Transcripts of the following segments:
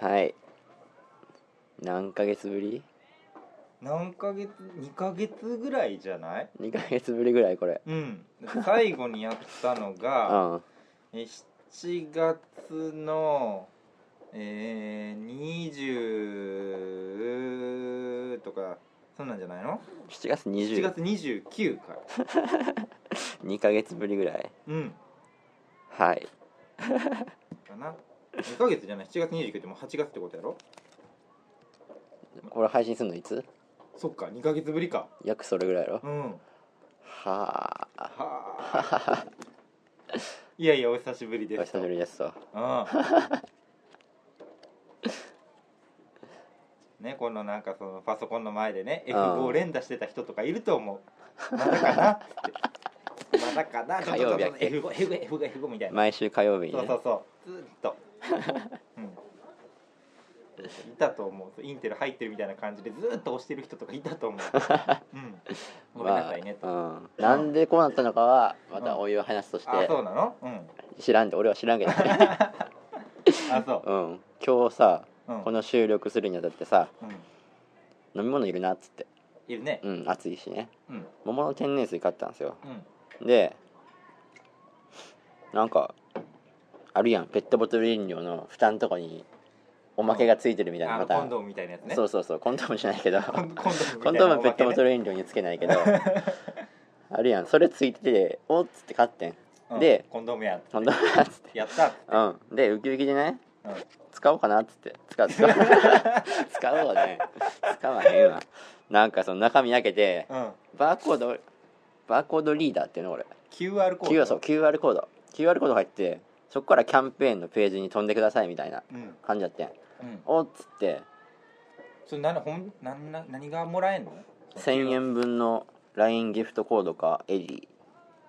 はい何ヶ月ぶり何ヶ月2ヶ月ぐらいじゃない ?2 ヶ月ぶりぐらいこれうん最後にやったのう がんえ7月のえー、20とかそんなんじゃないの7月 ?7 20月29から2ヶ月ぶりぐらいうんはいかな2ヶ月じゃない7月29ってもう8月ってことやろこれ配信するのいつそっか2ヶ月ぶりか約それぐらいやろうんはあはあ いやいやお久しぶりおです久しぶりですとうん。ね、このなんかそのパソコンの前でね F5 連打してた人とかいると思うまだかなっつってまだかな 火曜日やっけ F5F5F5F5 みたいな、毎週火曜日にそうねそうそうずーっ と、うん、いたと思うインテル入ってるみたいな感じでずーっと押してる人とかい たと思う、うん、ごめんなさいね、まあうん、なんでこうなったのかはまたお湯を話すとしあ、あてそうなのうん知らんで俺は知らんけどね、 あそううん、今日さうんこの収録するにあたってさうん、飲み物いるなっつっているねうん暑いしねうん桃の天然水買ったんですようんでなんかあるやんペットボトル飲料の蓋のとこにおまけがついてるみたいなあまのた、コンドームみたいなやつねそうそうそうコンドームじゃないけどコンドームコンドームペットボトルル飲料につけない けどあるやんそれついてておっつって買ってんでコンドームやコンドームやっつってやったうんでウキウキでねうん使おうかなっつって使う使 う使うわね使わへんわなんかその中身開けてうんバーコードバーコードリーダーっていうの俺 QR コード QR, そう QR コード QR コード入ってそこからキャンペーンのページに飛んでくださいみたいなうん感じやってんうんおっつってそれなほんなんな何がもらえんの1000円分の LINE ギフトコードかエリ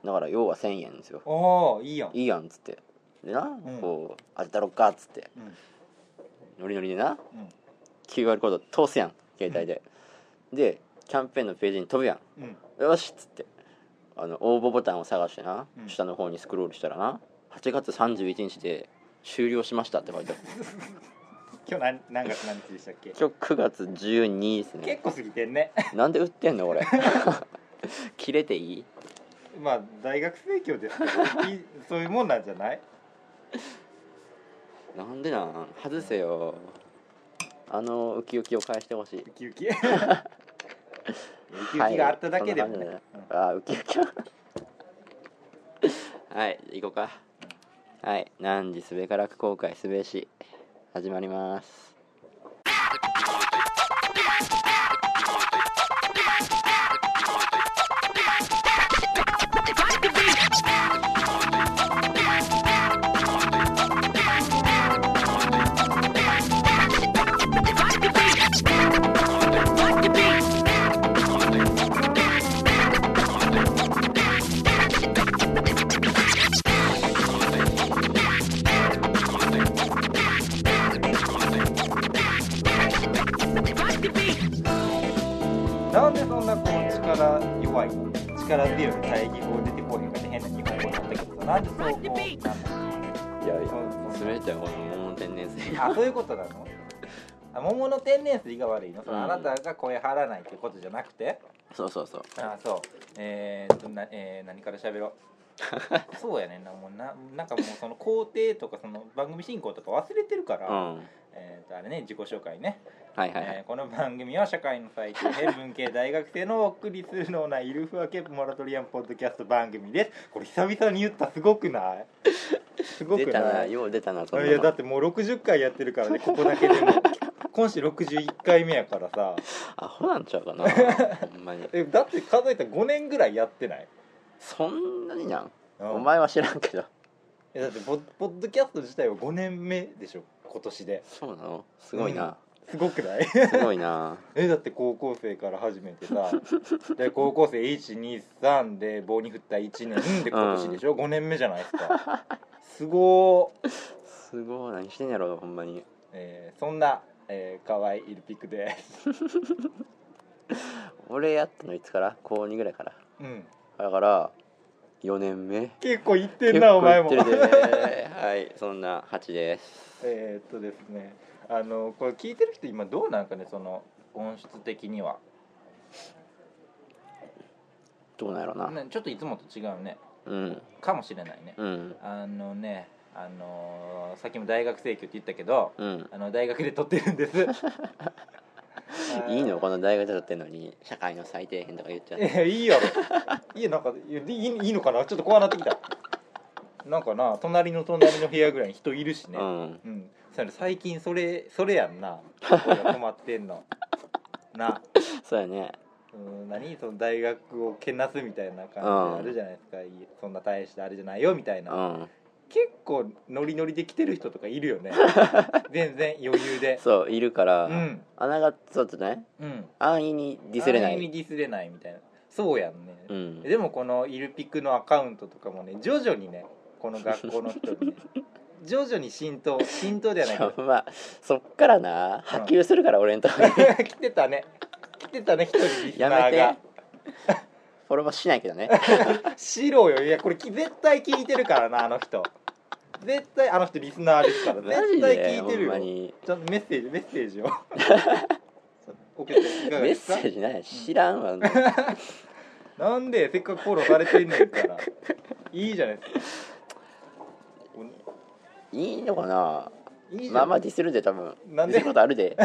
ーだから要は1000円ですよおおいいやんいいやんっつってでな、んこう当てたろっかっつってうんノリノリでなうん QR コード通すやん携帯ででキャンペーンのページに飛ぶやうんんよしっつってあの応募ボタンを探してな、うん下の方にスクロールしたらな8月31日で終了しましたって書いてある今日何何月何日でしたっけ今日9月12ですね結構過ぎてんね なんで売ってんの俺切れていいまあ大学生協ですけどいいそういうもんなんじゃないなんでなん外せよあのウキウキを返してほしいウキウ キウキウキがあっただけでもね、はいうんああウキウ キはい行こうかはい「何時すべからく後悔すべし」始まりますなんでそんなこう力弱い力強い対義語出てこへんかって変な日本語になったけどさなんでそうこうなんだいやいそやうそう滑っちゃうこの桃の天然水あそういうことなのあ桃の天然水が悪いのそれうんあなたが声張らないってことじゃなくてそうそうそうあそうえー、っとな、えー、何から喋ろ うそうやねんなもうななんかもうその工程とかその番組進行とか忘れてるかうら、んはいえーっとあれね自己紹介ねはいはい、えーこの番組は社会の最低限文系大学生のお送りするのなイルフアケープモラトリアンポッドキャスト番組ですこれ久々に言ったすごくないすごく出たなないいよう出たなそんやないのやだってもう60回やってるからねここだけで も今週61回目やからさアホなんちゃう かなほんまにえだって数えたら5年ぐらいやってない、そんなになんうんお前は知らんけどえだってポッポッドキャスト自体は5年目でしょ今年でそうなのすごいな、すごくない すごいなえだって高校生から始めてさで高校生123で棒に振った1年で今年でしょ、5年目じゃないですかすごー、すごい何してんやろほんまにえーそんな、えー、河合イルピクです俺やったのいつから高2ぐらいからうんだから4年目結構言ってんなお前も結構言ってるではいそんな8ですえーっとですねあのこれ聞いてる人今どうなんかねその音質的には、どうなんやろなね、ちょっといつもと違うねうんかもしれないねうんあのねあのーさっきも大学生協って言ったけどうんあの大学で撮ってるんです いいのこの大学で撮ってんのに社会の最底辺とか言っちゃっいやいいやろいいなんかいやいいいいのかなちょっと怖なってきたなんかな隣の隣の部屋ぐらいに人いるしねて、うんうん、それ最近それそれや んな俺が困ってんのな、そうやねうん、何その大学をけなすみたいな感じあるじゃないですか、いいそんな大したあれじゃないよみたいうな、ん結構ノリノリで来てる人とかいるよ ね全然余裕でそういるから、うんあながちょっとねうん安易にディスれな安易にいディスれないみたいなそうやんね、うんでもこのイルピクのアカウントとかもね徐々にねこの学校の人 にね徐々に浸透浸透ではないけどまあそっからな波及するから俺んと こに 来てたね来てたね一人リスやナーがめてフォローもしないけどねしろよいやこれき絶対聞いてるからなあの人絶対あの人リスナーですかマらジ絶対で聞いてるほんまよにちょっとメッセージメッセー ジを送っていかがメでッすかセージない知らんわ、なんでせっかくフォローされてんねんからいいじゃないですかいいのかないいじゃんまあまあディスるで多分なんでディスることある で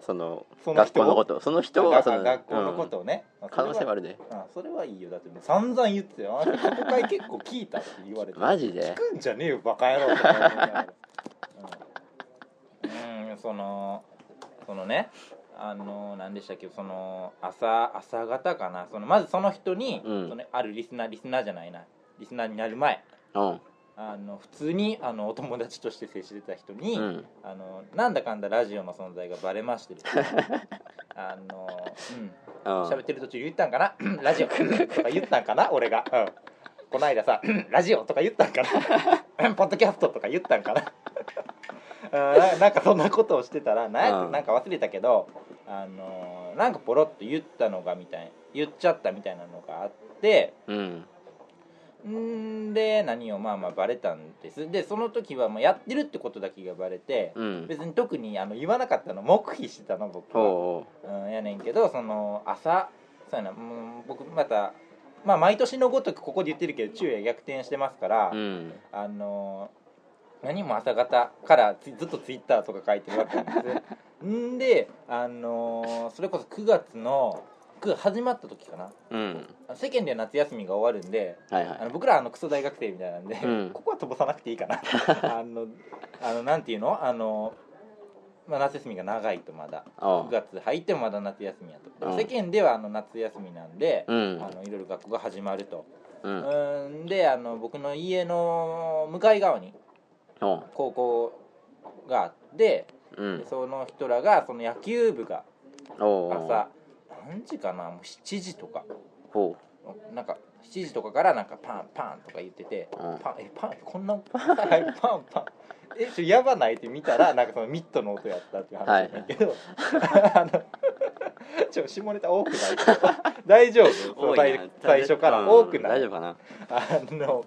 そのその学人を校のことその人はその学校のことをね、うん可能性もあるるであそれはいいよだって散々言ってたよあの人過去回結構聞いたって言われてマジで聞くんじゃねえよバカ野郎とか思いながらうん、うん、そのそのねあの何でしたっけその朝朝方かなそのまずその人に、うんそのあるリスナーリスナーじゃないなリスナーになる前うんあの普通にあのお友達として接してた人に、うんあのなんだかんだラジオの存在がバレましてですね あのうんうん喋ってる途中言ったんかな 「ラジオ」とか言ったんかな俺が、うん、こないださ 「ラジオ」とか言ったんかな「 ポッドキャスト」とか言ったんかな うんななんかそんなことをしてたらなんやったうんなんか忘れたけど、あのーなんかポロッと言ったのがみたい言っちゃったみたいなのがあってうんんで何をまあまあバレたんですでその時はもうやってるってことだけがバレてうん別に特にあの言わなかったの黙秘してたの僕は。ほうん、やねんけどその朝そうやな、うん、僕また、まあ、毎年のごとくここで言ってるけど昼夜逆転してますから、ううんあの何も朝方からつずっとツイッターとか書いてるわけな んですんであのそれこそ9月の9始まった時かなうん世間では夏休みが終わるんではいはあのい僕らあのクソ大学生みたいなんで、うんここは飛ばさなくていい かなあのあのなんていうのあの、まあ、夏休みが長いとまだあ9月入ってもまだ夏休みやと、うん世間ではあの夏休みなんで、うんあのいろいろ学校が始まると、ううんーん、であの僕の家の向かい側にほう高校があって、うんでその人らがその野球部がおう朝何時かなもう7時とかほなんか7時とかからなんかパンパンとか言ってて、うんパンえパンこんなパンパンパンえちょやばないって見たらなんかそのミットの音やったっていう話なんだけど、 あのちょ下ネタ多くない大丈夫うその多い最な最初からうん多くな大い、丈夫かなあの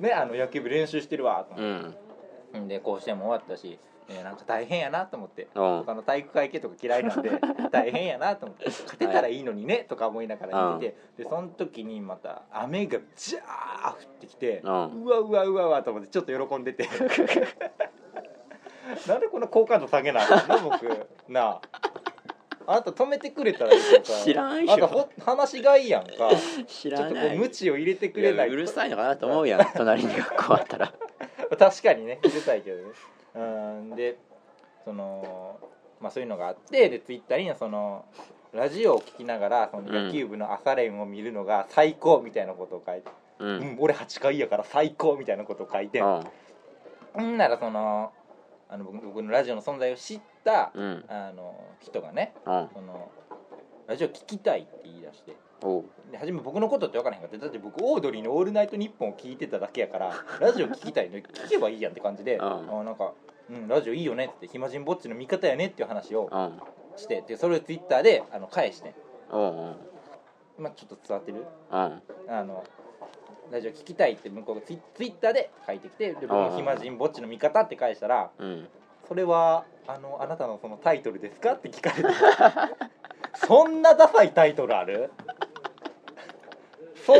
ねあの野球部練習してるわとう思っんて、で甲子園も終わったし、えーなんか大変やなと思って。うん他の体育会系とか嫌いな んで大変やなと思って勝てたらいいのにねとか思いながら見ててでその時にまた雨がジャー降ってきてううんわうわうわうわと思ってちょっと喜んでて なんでこんな好感度下げなあかんの僕なああなた止めてくれたらいいけどさ知らんよあなたほ話がいいやんか知ちょらっとこなうい無知を入れてくいれなやいうるさいのかなと思うやん隣に学校あったら確かにねうるさいけどねうんでそのまあそういうのがあってでツイッターにそのラジオを聞きながらその野球部の朝練を見るのが最高みたいなことを書いて、ううんん俺8回やから最高みたいなことを書いて、うんうん、ならそのあの僕僕のラジオの存在を知った、うんあの人がねうんそのラジオ聞きたいって言い出しておうで初め僕のことって分からへんかっただって僕オードリーの「オールナイトニッポン」を聞いてただけ やからラジオ聞きたいの聞けばいいやんって感じで、うんあなんか、うん、ラジオいいよねって暇人ぼっちの味方やねっていう話をうんしてでそれをツイッターであの返してんおう今ちょっと伝わってるうんあのラジオ聞きたいって向こうがツイツイッターで書いてきてで僕も「暇人ぼっちの味方」って返したらうん「それはあのあなたのそのタイトルですか?」って聞 かれてそんなダサいタイトルある そん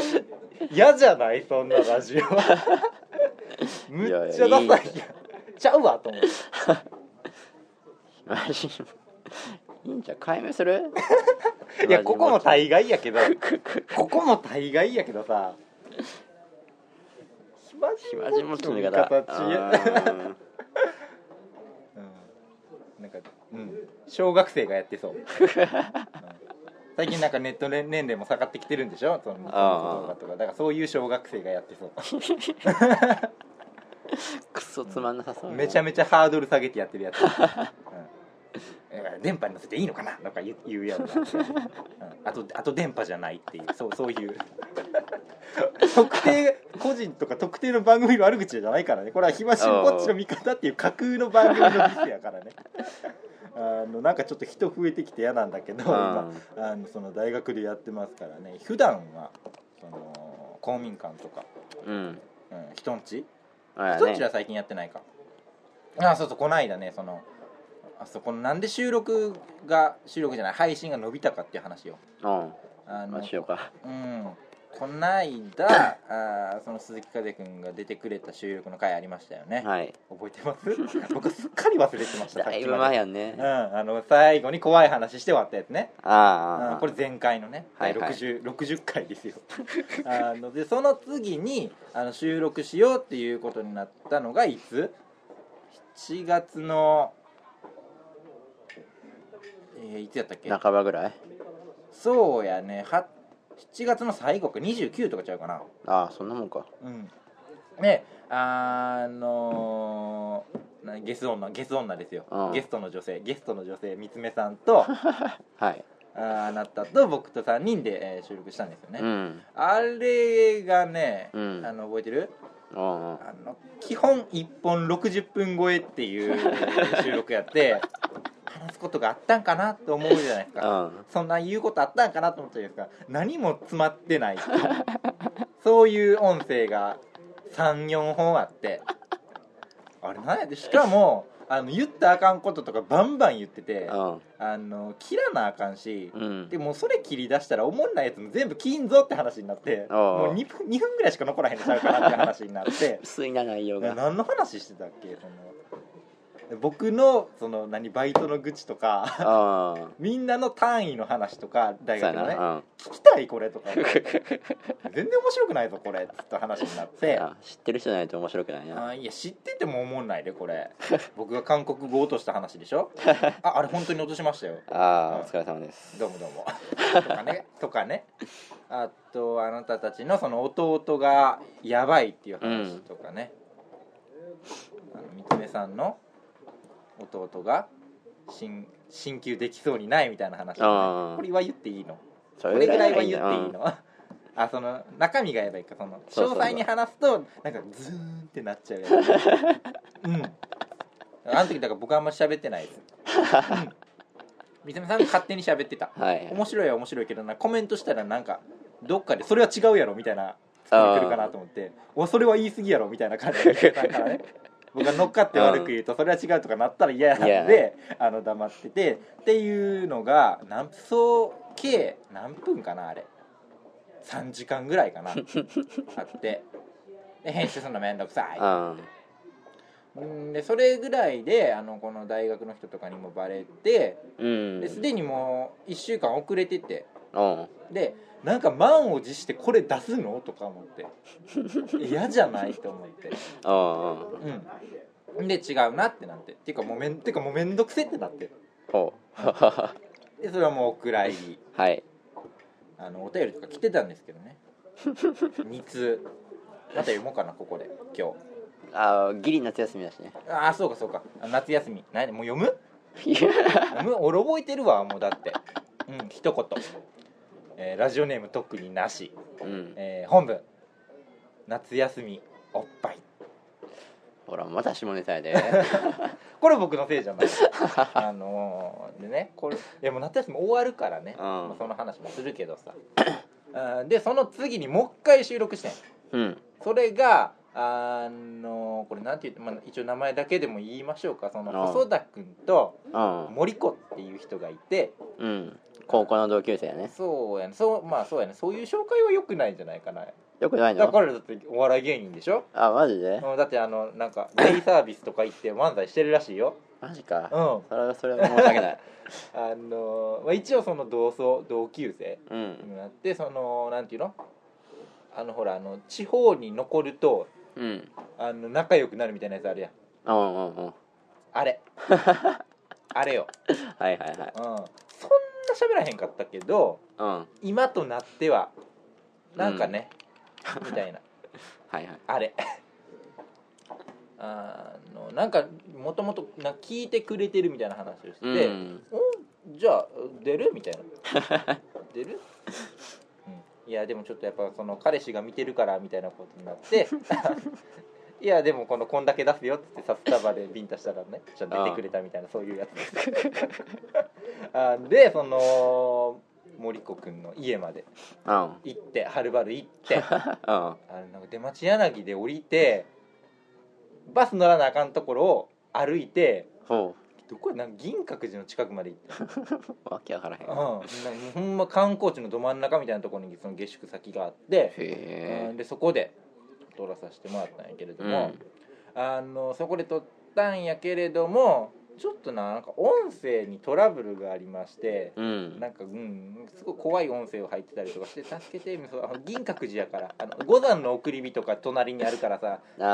嫌じゃないそんなラジオむっちゃダサいやいいやいいちゃうわと思ってマジいいんじゃん解明するいやここもイ大概やけどここも大概やけどさ暇暇人もっちの味方方うんうんなんか、うん、小学生がやってそう、うん最近なんかネット年齢も下がってきてるんでしょそのあー動画とかだからそういう小学生がやってそうクソつまんなさそうめちゃめめちゃハードル下げてやって るやつ、うんだから電波に乗せていいのかなとか言う言う やつ、うん、あとあと電波じゃないっていうそうそ ういう特定個人とか特定の番組の悪口じゃないからねこれは「ひましんぼっちの味方」っていう架空の番組のミスやか らねあのなんかちょっと人増えてきて嫌なんだけど、今あのその大学でやってますからね普段はその公民館とか、うんうん、人んちあや人んちねは最近やってないかあそうそうこの間ねそのあそこのなんで収録が収録じゃない配信が伸びたかっていう話をうんあのまあしようかうんこないだあーその鈴木風くんが出てくれた収録の回ありましたよね、はい覚えてます僕すっ かり忘れてましたさだっいきぶま前でやうん、ねあの最後に怖い話して終わったやつねあうあんこれ前回のね、はいはい60 60回ですよ あのでその次にあの収録しようっていうことになったのがいつ ?7 月の、えーいつやったっけ半ばぐらいそうやねは7月の最後か29とかちゃうかなああそんなもんかうんねあのーなゲス女ゲス女ですよ、うんゲストの女性ゲストの女性三つ目さ んとはいあーあなたと僕と3人で、えー収録したんですよね、うんあれがね、うんあの覚えてるうんうんあの基本1本60分超えっていう 収録やって話すことがあったんかなと思うじゃないですうか、んそんな言うことあったんかなと思ったじゃないですか何も詰まってないそういう音声が34本あってあれなんやでしかもあの言ったらあかんこととかバンバン言っててうんあの切らなあかんし、うんでもうそれ切り出したらおもんないやつも全部金ぞって話になってああもう 2, 分2分ぐらいしか残らへんのちゃうかなって話になっ て薄いな内容なが何の話してたっけそので僕のその何バイトの愚痴とか ああみんなの単位の話とか大そうや学のねな聞きたいこれとかうん全然面白くないぞこれっつった話になって あ知ってる人じゃないと面白くないなあいや知ってても思んないでこれ僕が韓国語落とした話で しょああれ本当に落としましたよああうんお疲れ様ですどうもどうもとかねとかねあとあなたたちのその弟がやばいっていう話とかね、あの三つ目さんの弟が進進級できそうにないみたいな話とかあねーこれは言っていいのそこれぐらいは言なっていいのあその中身がやばいかそのそうそ詳うそう細に話すとなんかズーンってなっちゃうやつうんあの時だから僕あんま喋ってないです、うん三つ目さんが勝手に喋ってたうんはい 面白いは面白いけどなコメントしたらなんかどっかでそれは違うやろみたいなツッコミ来るかなと思っておそれは言い過ぎやろみたいな感じで言ってたからね僕が乗っかって悪く言うとそれは違うとかなったら嫌なんであの黙っててっていうのが何そう計何分かなあれ3時間ぐらいかなあってで編集するの面倒くさいうんうんでそれぐらいであのこの大学の人とかにもバレてうんですでにもう1週間遅れててうんでなんか満を持してこれ出すのとか思って嫌じゃないと思ってうんうんうんで違うなってなってっていうかもうめんてかもうめんどくせってなって ほうでそれはもうお蔵入りはいあのお便りとか来てたんですけどね2通また読もうかなここで今あーギリ夏休みだ しね日ああそうかそうかあ夏休み何もう読むいや読む俺覚えてるわもうだってうん一言、えーラジオネーム特になしうんえー本部夏休みおっぱいほらまた下ネタやで これ僕のせいじゃないあのーでねこれいやもう夏休み終わるからね、うんまあその話もするけどさあーでその次にもう一回収録してんうんそれがあのこれなんて言って、まあ、一応名前だけでも言いましょうかそのああ細田君とうん森子っていう人がいてうん高校の同級生やねそうやねそうまあそうやねそういう紹介はよくないんじゃないかなよくないだのからだってお笑い芸人でしょあマジでうんだってあのなんかデイサービスとか行って漫才してるらしいよマジうんかあそれはそれは申し訳ないの、まあ、一応その同窓同級生うんになってそのなんていうのあのほらあの地方に残るとうんあの仲良くなるみたいなやつあるやんうんうんうん あれあれよ、はいはいはいうん、そんな喋らへんかったけどうんは今となってはなんかね、みたいないはいあれ あのなんかもともとなんか聞いてくれてるみたいな話をして、うんじゃあ出るみたいな出る、うん、いやでもちょっとやっぱその彼氏が見てるからみたいなことになって いやでもこのこんだけ出すよっつってさスタバでビンタしたらねじゃあ出てくれたみたいなそういうやつあでその森子くんの家までうん行ってはるばる行ってうんあのなんか出町柳で降りてバス乗らなあかんところを歩いてほどこやなんか銀閣寺の近くまで行って、うわけわからへんうん、なんかもうほんま観光地のど真ん中みたいなところにその下宿先があって、うへんでそこで撮らさせてもらったんやけれえどうもん、あのそこで撮ったんやけれどもちょっとななんか音声にトラブルがありまして。うんなんかうんすごい怖い音声を入ってたりとかして「助けて」そうあの銀閣寺やからあの五山の送り火とか隣にあるからさあ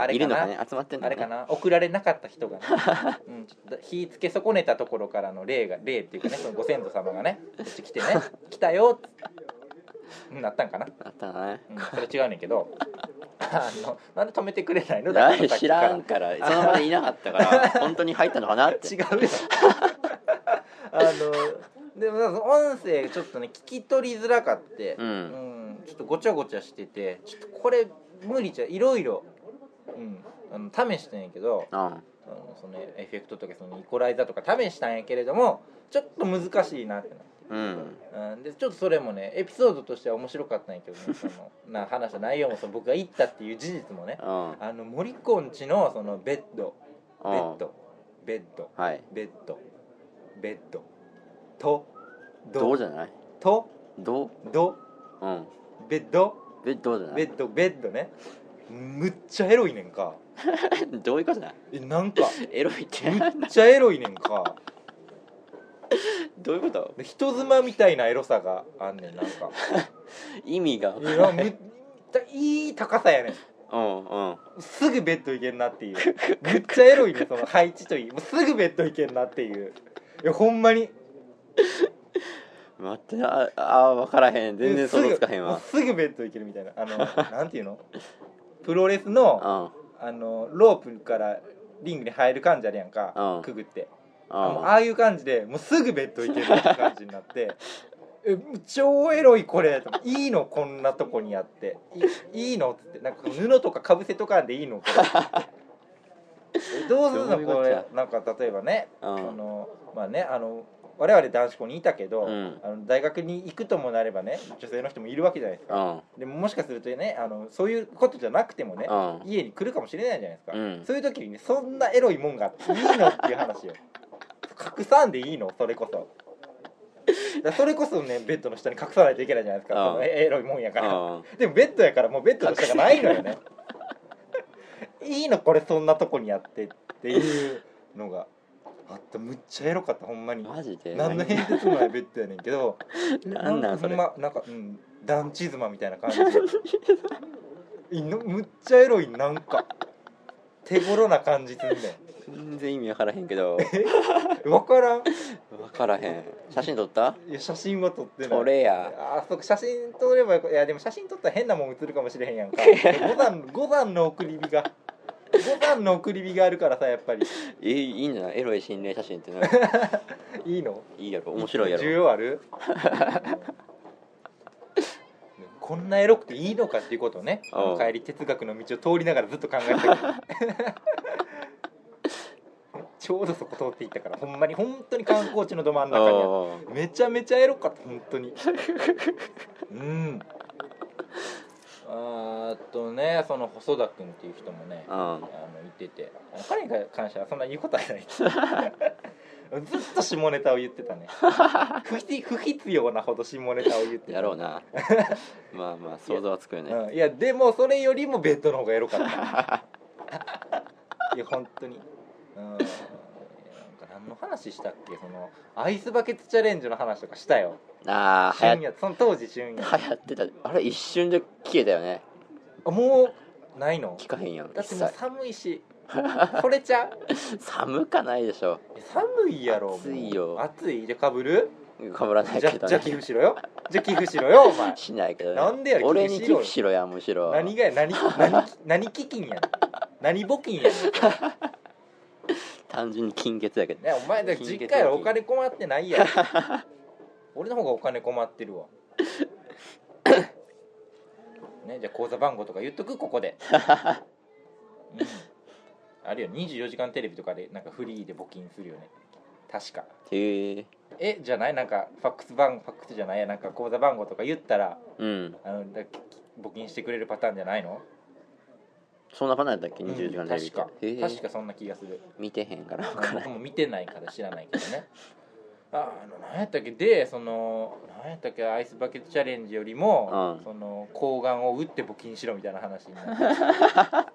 ああれいかるなのかね集まってんのあれかな送られなかった人 が、うん、ちょっと火つけ損ねたところからの霊が霊っていうかねそのご先祖様がねこっち 来てね来たようんなったんかな、あったのねうん、それ違うねんけど あのなんで止めてくれないの誰さっ知きかららんからその場でいなかったから本当に入ったのかなって違うよ あのでもなんか音声ちょっとね聞き取りづらかってうんうんちょっとごちゃごちゃしててちょっとこれ無理じゃいろいろ、うん、あの試してんやけどうんあのそのエフェクトとかそのイコライザーとか試したんやけれどもちょっと難しいなってなってうんうん、でちょっとそれもねエピソードとしては面白かったんやけ どねそのな話した内容もその僕が行ったっていう事実もねうんうんあの森コンチのそのベッドベッドベッドはいベッドベッドとどうどじゃないとどどううんベッドベどうじゃなベいッドベッドねむっちゃエロいねんかどういうことだえなんかエロいってむっちゃエロいねんかどういうことで人妻みたいなエロさがあんねんなんか意味が いやむいい高さやねんうんうんすぐベッド行けんなっていう めっちゃエロいねその配置といいもうすぐベッド行けんなっていういやほんまに待ってああ分からへん全然想像つかへんわすぐもうすぐベッド行けるみたいなあの なんていうのプロレスのうんあのロープからリングに入る感じあるやんか、うんくぐってあもうあああいう感じでもうすぐベッド行けるって感じになって え超エロいこれいいのこんなとこにあっていいいのっつってなんか布とかかぶせとかんでいいのこ れえどうするどのういうこことやれなんか例えばね、うんあのまあねあの我々男子校にいたけど、うんあの大学に行くともなればね女性の人もいるわけじゃないですか、あでももしかするとねあのそういうことじゃなくてもね、うんうん家に来るかもしれないじゃないですか、うんそういう時にねそんなエロいもんがあっていいのっていう話よ 隠さんでいいのそれこそだからそれこそねベッドの下に隠さないといけないじゃないですか、うんそのエロいもんやから、うんでもベッドやからもうベッドの下がないのよね いいのこれそんなとこにやってっていうのがあったむっちゃエロかったほんまにマジで何の変哲もないベッドやねんけどなんなんそれほんまなんか、うん、団地妻みたいな感じでいのむっちゃエロいなんか手頃な感じすんね全然意味分からへんけどん分からん分からへん写真撮ったいや写真は撮ってない撮れやあそっか写真撮ればよかいやでも写真撮ったら変なもん写るかもしれへん やんか五段五段の送り火が五段の送り火があるからさやっぱりえいいんじゃないエロい心霊写真ってのいいのいいやろ面白いや需ろ要あるうんこんなエロくていいのかっていうことをねうん帰り哲学の道を通りながらずっと考えてたけ どちょうどそこ通っていったからほんまに本当に観光地のど真ん中にあっあてめちゃめちゃエロかった本当にうんあーっとねその細田君っていう人もねうあんのいててあの彼に関してはそんな言うことはない ずっと下ネタを言ってたね不必不必要なほど下ネタを言ってたやろう なまあまあ想像はつくよ ねうん、いやでもそれよりもベッドの方がエロかった いや本当にうんいやなんか何の話したっけそのアイスバケツチャレンジの話とかしたよああ旬流行やその当時旬や流行ってたあれ一瞬で消えたよねあもうないの聞かへんやんだ一ってもう切寒いしこれちゃう寒かないでしょいや寒いやろもう暑いよ暑いじゃかぶるかぶらないじゃけどじゃあね寄付しろよじゃあ寄付しろよお 前しないけどねなんでや俺に寄寄付付ししろやむしろ何がや何何何基金やねん何募金やねんそれ単純に金欠やけどねお前だから実家やろお金困ってないやろ 俺の方がお金困ってるわねじゃあ口座番号とか言っとくここで、うん、あるいは24時間テレビとかでなんかフリーで募金するよね確かへええじゃないなんかファックス番ファックスじゃないやなんか口座番号とか言ったらうんあのだき募金してくれるパターンじゃないのそんなパターンだったっけ24時間テレビ確かへえ確かそんな気がする見てへんから分から僕んも見てないから知らないけど ねああの何やったっけでその何やったっけアイスバケツチャレンジよりも、うんその抗がんを打って募金しろみたいな話になっ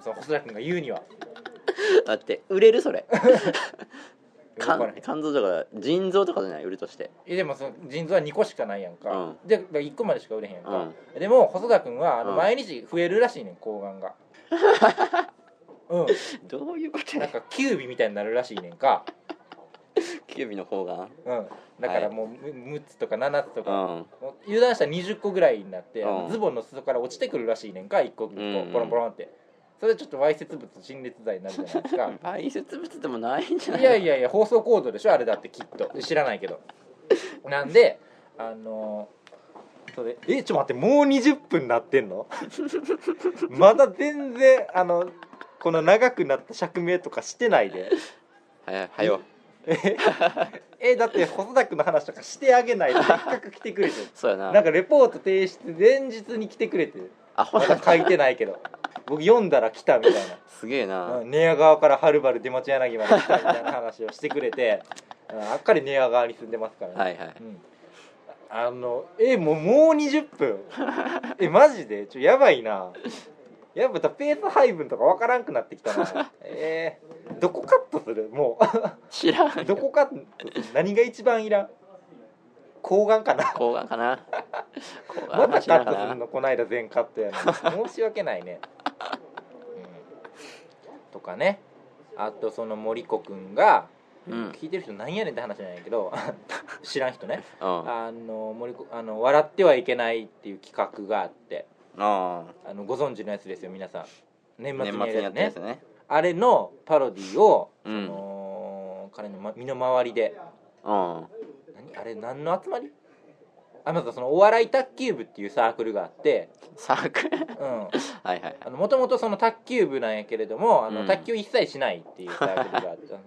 その細田君が言うにはだって売れるそれ 動か肝ない肝臓とか腎臓とかじゃない売るとしてえでもその腎臓は2個しかないやんか、で1個までしか売れへんやんか、でも細田君はあのうん毎日増えるらしいねん抗がんが うどういうことんなやんかキュービみたいになるらしいねんかキュービの方がうんだからもう6つとか7つとうかん油断したら20個ぐらいになって、あのうんズボンの裾から落ちてくるらしいねんか1個1うん個ポロンポロンってそれちょっとわいせつ物陳列罪になるじゃないですか 排泄物でもないんじゃないいやいやいや放送コードでしょあれだってきっと知らないけどなんであのそれえちょっと待ってもう20分なってんの まだ全然あのこの長くなった釈明とかしてないではやはよえ えだって細田君の話とかしてあげないとせっかく来てくれてるそうやなんなかレポート提出前日に来てくれてアホまだだ書いてないけど僕読んだら来たみたいすげえななうん寝屋川からはるばる出町柳まで来たみたいな話をしてくれてうんあっかり寝屋川に住んでますからね、はいはいうんあのえもうもう20分 えマジでちょやばいなやっぱペース配分とかわからんくなってきたなえー、どこカットするも知らうん どこカットする何が一番いらん睾丸かな抗がんか な抗がまんだ話しカなッがトすらるのこないだ全カッ トやの申し訳ないね、うん、とかねあとその森子くんが、うん聞いてる人なんやねんって話じゃない けど知らん人ねうんあの森子あの「笑ってはいけない」っていう企画があってうんあのご存知のやつですよ皆さん年末年に末にややっるたややつつねねあれのパロディを、うんその彼のま身の回りでうん何あれ何の集まりあまずそのお笑い卓球部っていうサークルがあって、サークル うん、はいはいあのもともとその卓球部なんやけれどもあうのん卓球一切しないっていうサークルがあっ てあの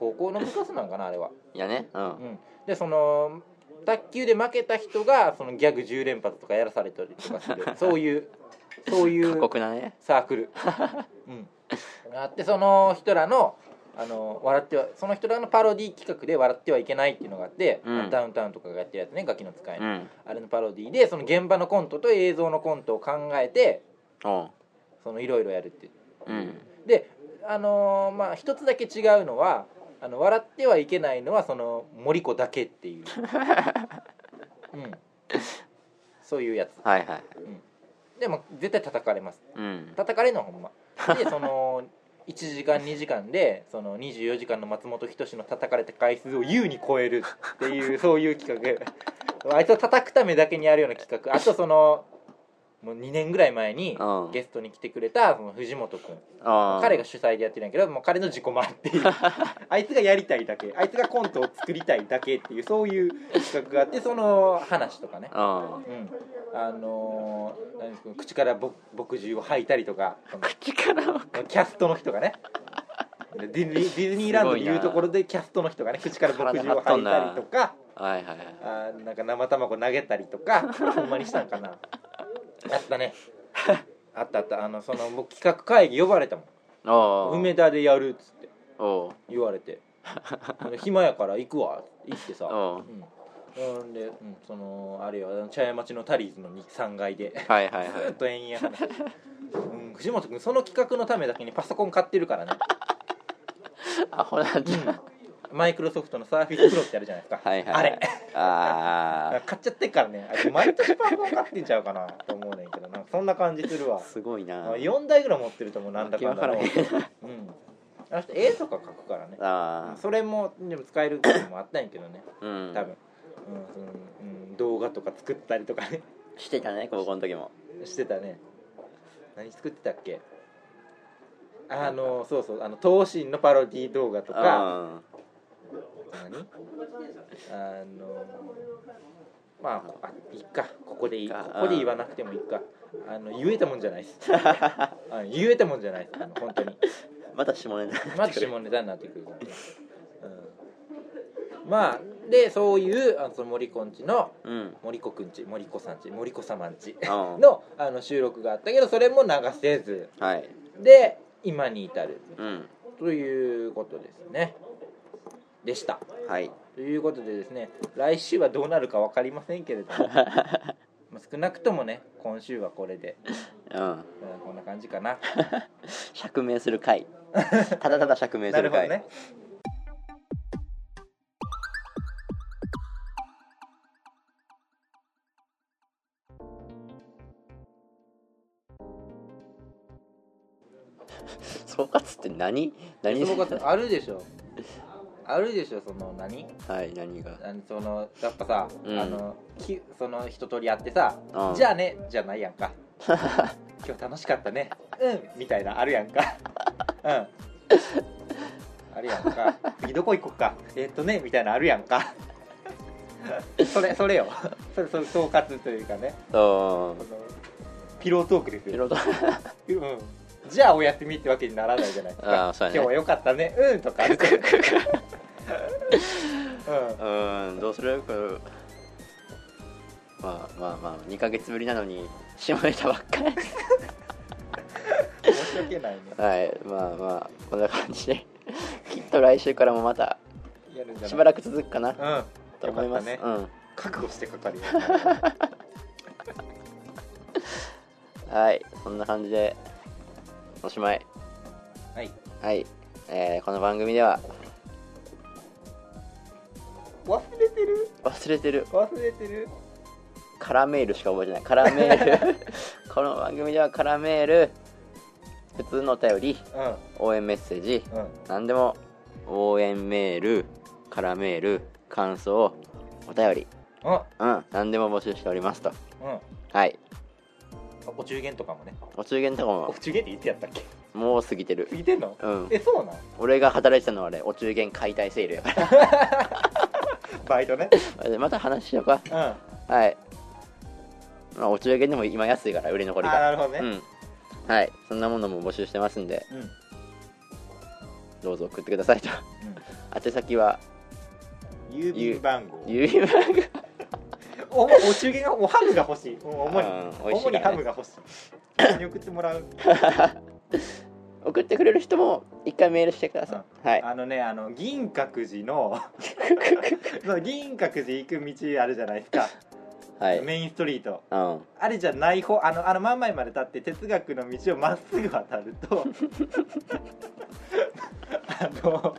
高校の部活なんかなあれは、いやねううんん、でその卓球で負けた人がそのギャグ10連発とかやらされたりとかす るそういうそうい過う酷なねサー クル、うん、があってその人らのあの笑ってはその人らのパロディ企画で「笑ってはいけない」っていうのがあって、うんダウンタウンとかがやってるやつねガキの使いの、うんあれのパロディでその現場のコントと映像のコントを考えてうんそのいろいろやるっていううんであのーまあ一つだけ違うのはあの笑ってはいけないのはその森子だけっ ていう、うん、そういうやつはいはいでも絶対叩かれますうん叩かれるのはほんまでその1時間2時間でその24時間の松本人志の叩かれた回数を優に超えるっていうそういう企画あいつを叩くためだけにあるような企画あとそのもう2年ぐらい前にうんゲストに来てくれたその藤本君彼彼が主催でやってるんやけどもう彼の自己満っていう あいつがやりたいだけあいつがコントを作りたいだけっていうそういう企画があってその話とかね、うんうん、あのー何ですか口からぼ墨汁を吐いたりとかその口からはキャストの人がねディズニーディズニーランドでいうところでキャストの人がね口から墨汁を吐いたりとかはいはいはいあーなんか生卵投げたりとかこれほんまにしたんかなあった ねあったあったあのその僕企画会議呼ばれたもおんう梅田でやるっつっておう言われて暇やから行くわ行ってさおううんほんで、うん、そのあれよあの茶屋町のタリーズのに3階ではいはいはいずっと延々話して、うん、藤本君その企画のためだけにパソコン買ってるからねアホなんだ、マイクロソフトのサーフィスプロってあるじゃないですかはいはいはいあれあ買っちゃってっからねあいつ毎年パソコン買ってんちゃうかなと思うねんけどなんかそんな感じするわあすごいなまあ4台ぐらい持ってるともうなんだかんだわねけわうんあの人絵とか描くからねあそれもでも使えるのもあったんやけどねあうん多分、うんうんうん、動画とか作ったりとかねしてたね高校の時もしてたね何作ってたっけあのそうそうあの東進のパロディ動画とかあ何あのまあこあいっかここでいいこかこで言わなくてもいいかあの言えたもんじ ゃないですあの言えたもんじゃないですあの本当にまた下ネタマッチもネタになってくるからね、うん、まあでそういうあのその森子んちのうん森子くんち森子さんち森子様んちうん のあの収録があったけどそれも流せずはいで今に至るうんということですねでしたはいということでですね来週はどうなるか分かりませんけれどもまあ少なくともね今週はこれで、うんうんこんな感じかな釈明する回ただただ釈明すなるるほ回どね総括って何何そこがあるでしょあるでしょその何はい何があのそのやっぱさ、うんあのきその一通りやってさ、うんじゃあねじゃないやんか今日楽しかったねうんみたいなあるやん かうんあるやんか次どこ行こっかえっとねみたいなあるやんか それそれよそれそれ総括というかねそそのピロートークですういよ、ろいろうん、じゃあお休みってわけにならないじゃないですかあーそうやね今日は良かったねうんとか、う ん、うーんどうするこれまあまあまあ2ヶ月ぶりなのに下ネタばっか り申し訳ないねはいまあまあこんな感じできっと来週からもまたやるんじゃないしばらく続くかなうんと思います、よかったうん覚悟してかかるよはいそんな感じでおしまいはいはい、えーこの番組では忘れてる忘れてる忘れてるカラメールしか覚えてないカラメールこの番組ではカラメール普通のお便りう応援メッセージんうん何でも応援メールカラメール感想お便りあうん何でも募集しておりますとうんはいお中元とかもねお中元とかおも中元っていつやったっけもう過ぎてる過ぎてんのうんえそうなん俺が働いてたのはねお中元解体セールやか バイトねらまた話しようかうんあはい、まあ、お中元でも今安いから売れ残りがなるほどうねんはいそんなものも募集してますんでうんうんどうぞ送ってくださいと宛先は郵便番号郵便番号おお中元がおハムが欲しいお主にうん美味しい主にからハねムが欲しい人に送ってもらう送ってくれる人も一回メールしてください、はいあのねあの銀閣寺 のそう銀閣寺行く道あるじゃないですかはいメインストリートうんあれじゃない方あのあの真ん前まで立って哲学の道をまっすぐ渡るとあの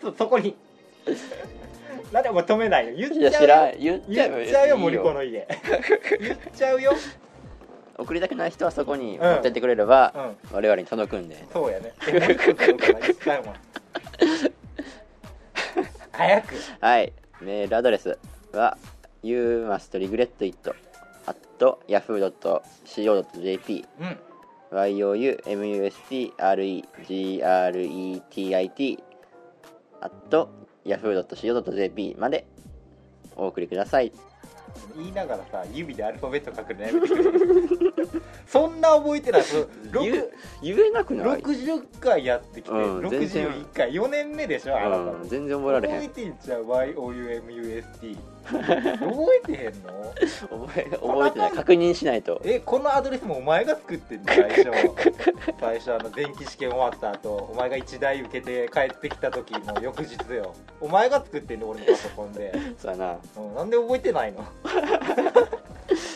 そそこになんでお前止めないの言いやっ知ちゃらうん言っちゃえ言ばっ別ちゃうよにいい森子の家言っちゃうよ送りたくない人はそこに持ってってくれれば、うん我々に届くんでそうやねえ森子どうかな言っちゃうもん早くはいメールアドレスは you must regret it at yahoo.co.jp うん youmustregret at yahoo.co.jp までお送りください言いながらさ指でアルファベット書くのやめてくれるそんな覚えてないそう言ろう言えなくくない、 60回やってきて、うん全然61回4年目でしょあなたも、うん、全然覚えられへ覚えんてんじゃん YOUMUSD 覚えてへんの覚え覚えてない確認しないとえこのアドレスもお前が作ってんの最 初最初あの電気試験終わった後お前が一台受けて帰ってきた時も翌日よお前が作ってんの俺のパソコ ンで、そうやなうん、なんで覚えてないの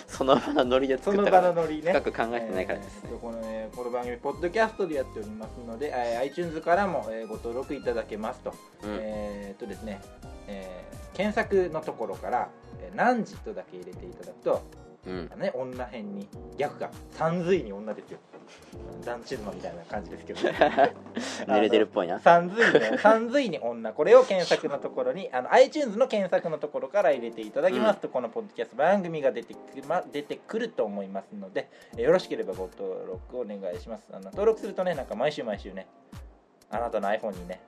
その場のノリでそ作のった場かのらノリね深く考えてないからですえーこのねこの番組ポッドキャストでやっておりますので、えー iTunes からも、えーご登録いただけますと、うんえーっとですね、えー検索のところから「えー何時」とだけ入れていただくと、うんね、女編に逆が「三髄に女」ですよ団地妻みたいな感じですけどね 濡れてるっぽいな三髄ね三髄に女これを検索のところにあの iTunes の検索のところから入れていただきますと、このポッドキャスト番組が出てく,、ま、出てくると思いますのでえーよろしければご登録お願いしますあの登録するとねなんか毎週毎週ねあなたの iPhone にね、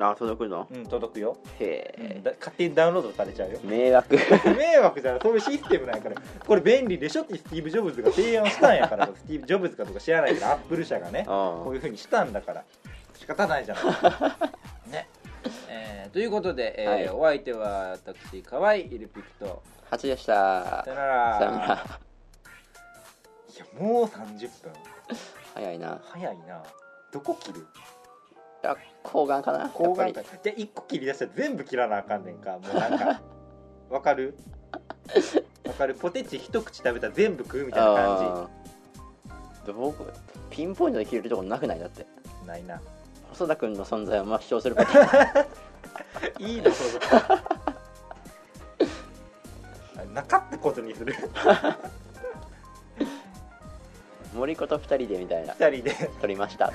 あ届くのうん、届くよ、へうんえだ勝手にダウンロードされちゃうよ迷惑迷惑じゃないそういうシステムなんやからこれ便利でしょってスティーブ・ジョブズが提案したんやからスティーブ・ジョブズかとか知らないけどアップル社がねこあ ういうふうにしたんだから仕方ないじゃない ね、えーということで、えーはいお相手は私河合イルピクとあ8でしたさよならさよならいやもう30分早いな早いなどこ切るいや抗がんかな高眼やかっぱじゃあ1個切り出したら全部切らなあかんねんかもうなんかわかるわかるポテチ一口食べたら全部食うみりたいな感あーで僕ピンポイントで切れるとこなくないだってじないな細田君の存在を抹消するパ ターンいいのそのなかったことにする森子と2人でみたいな二人で撮りました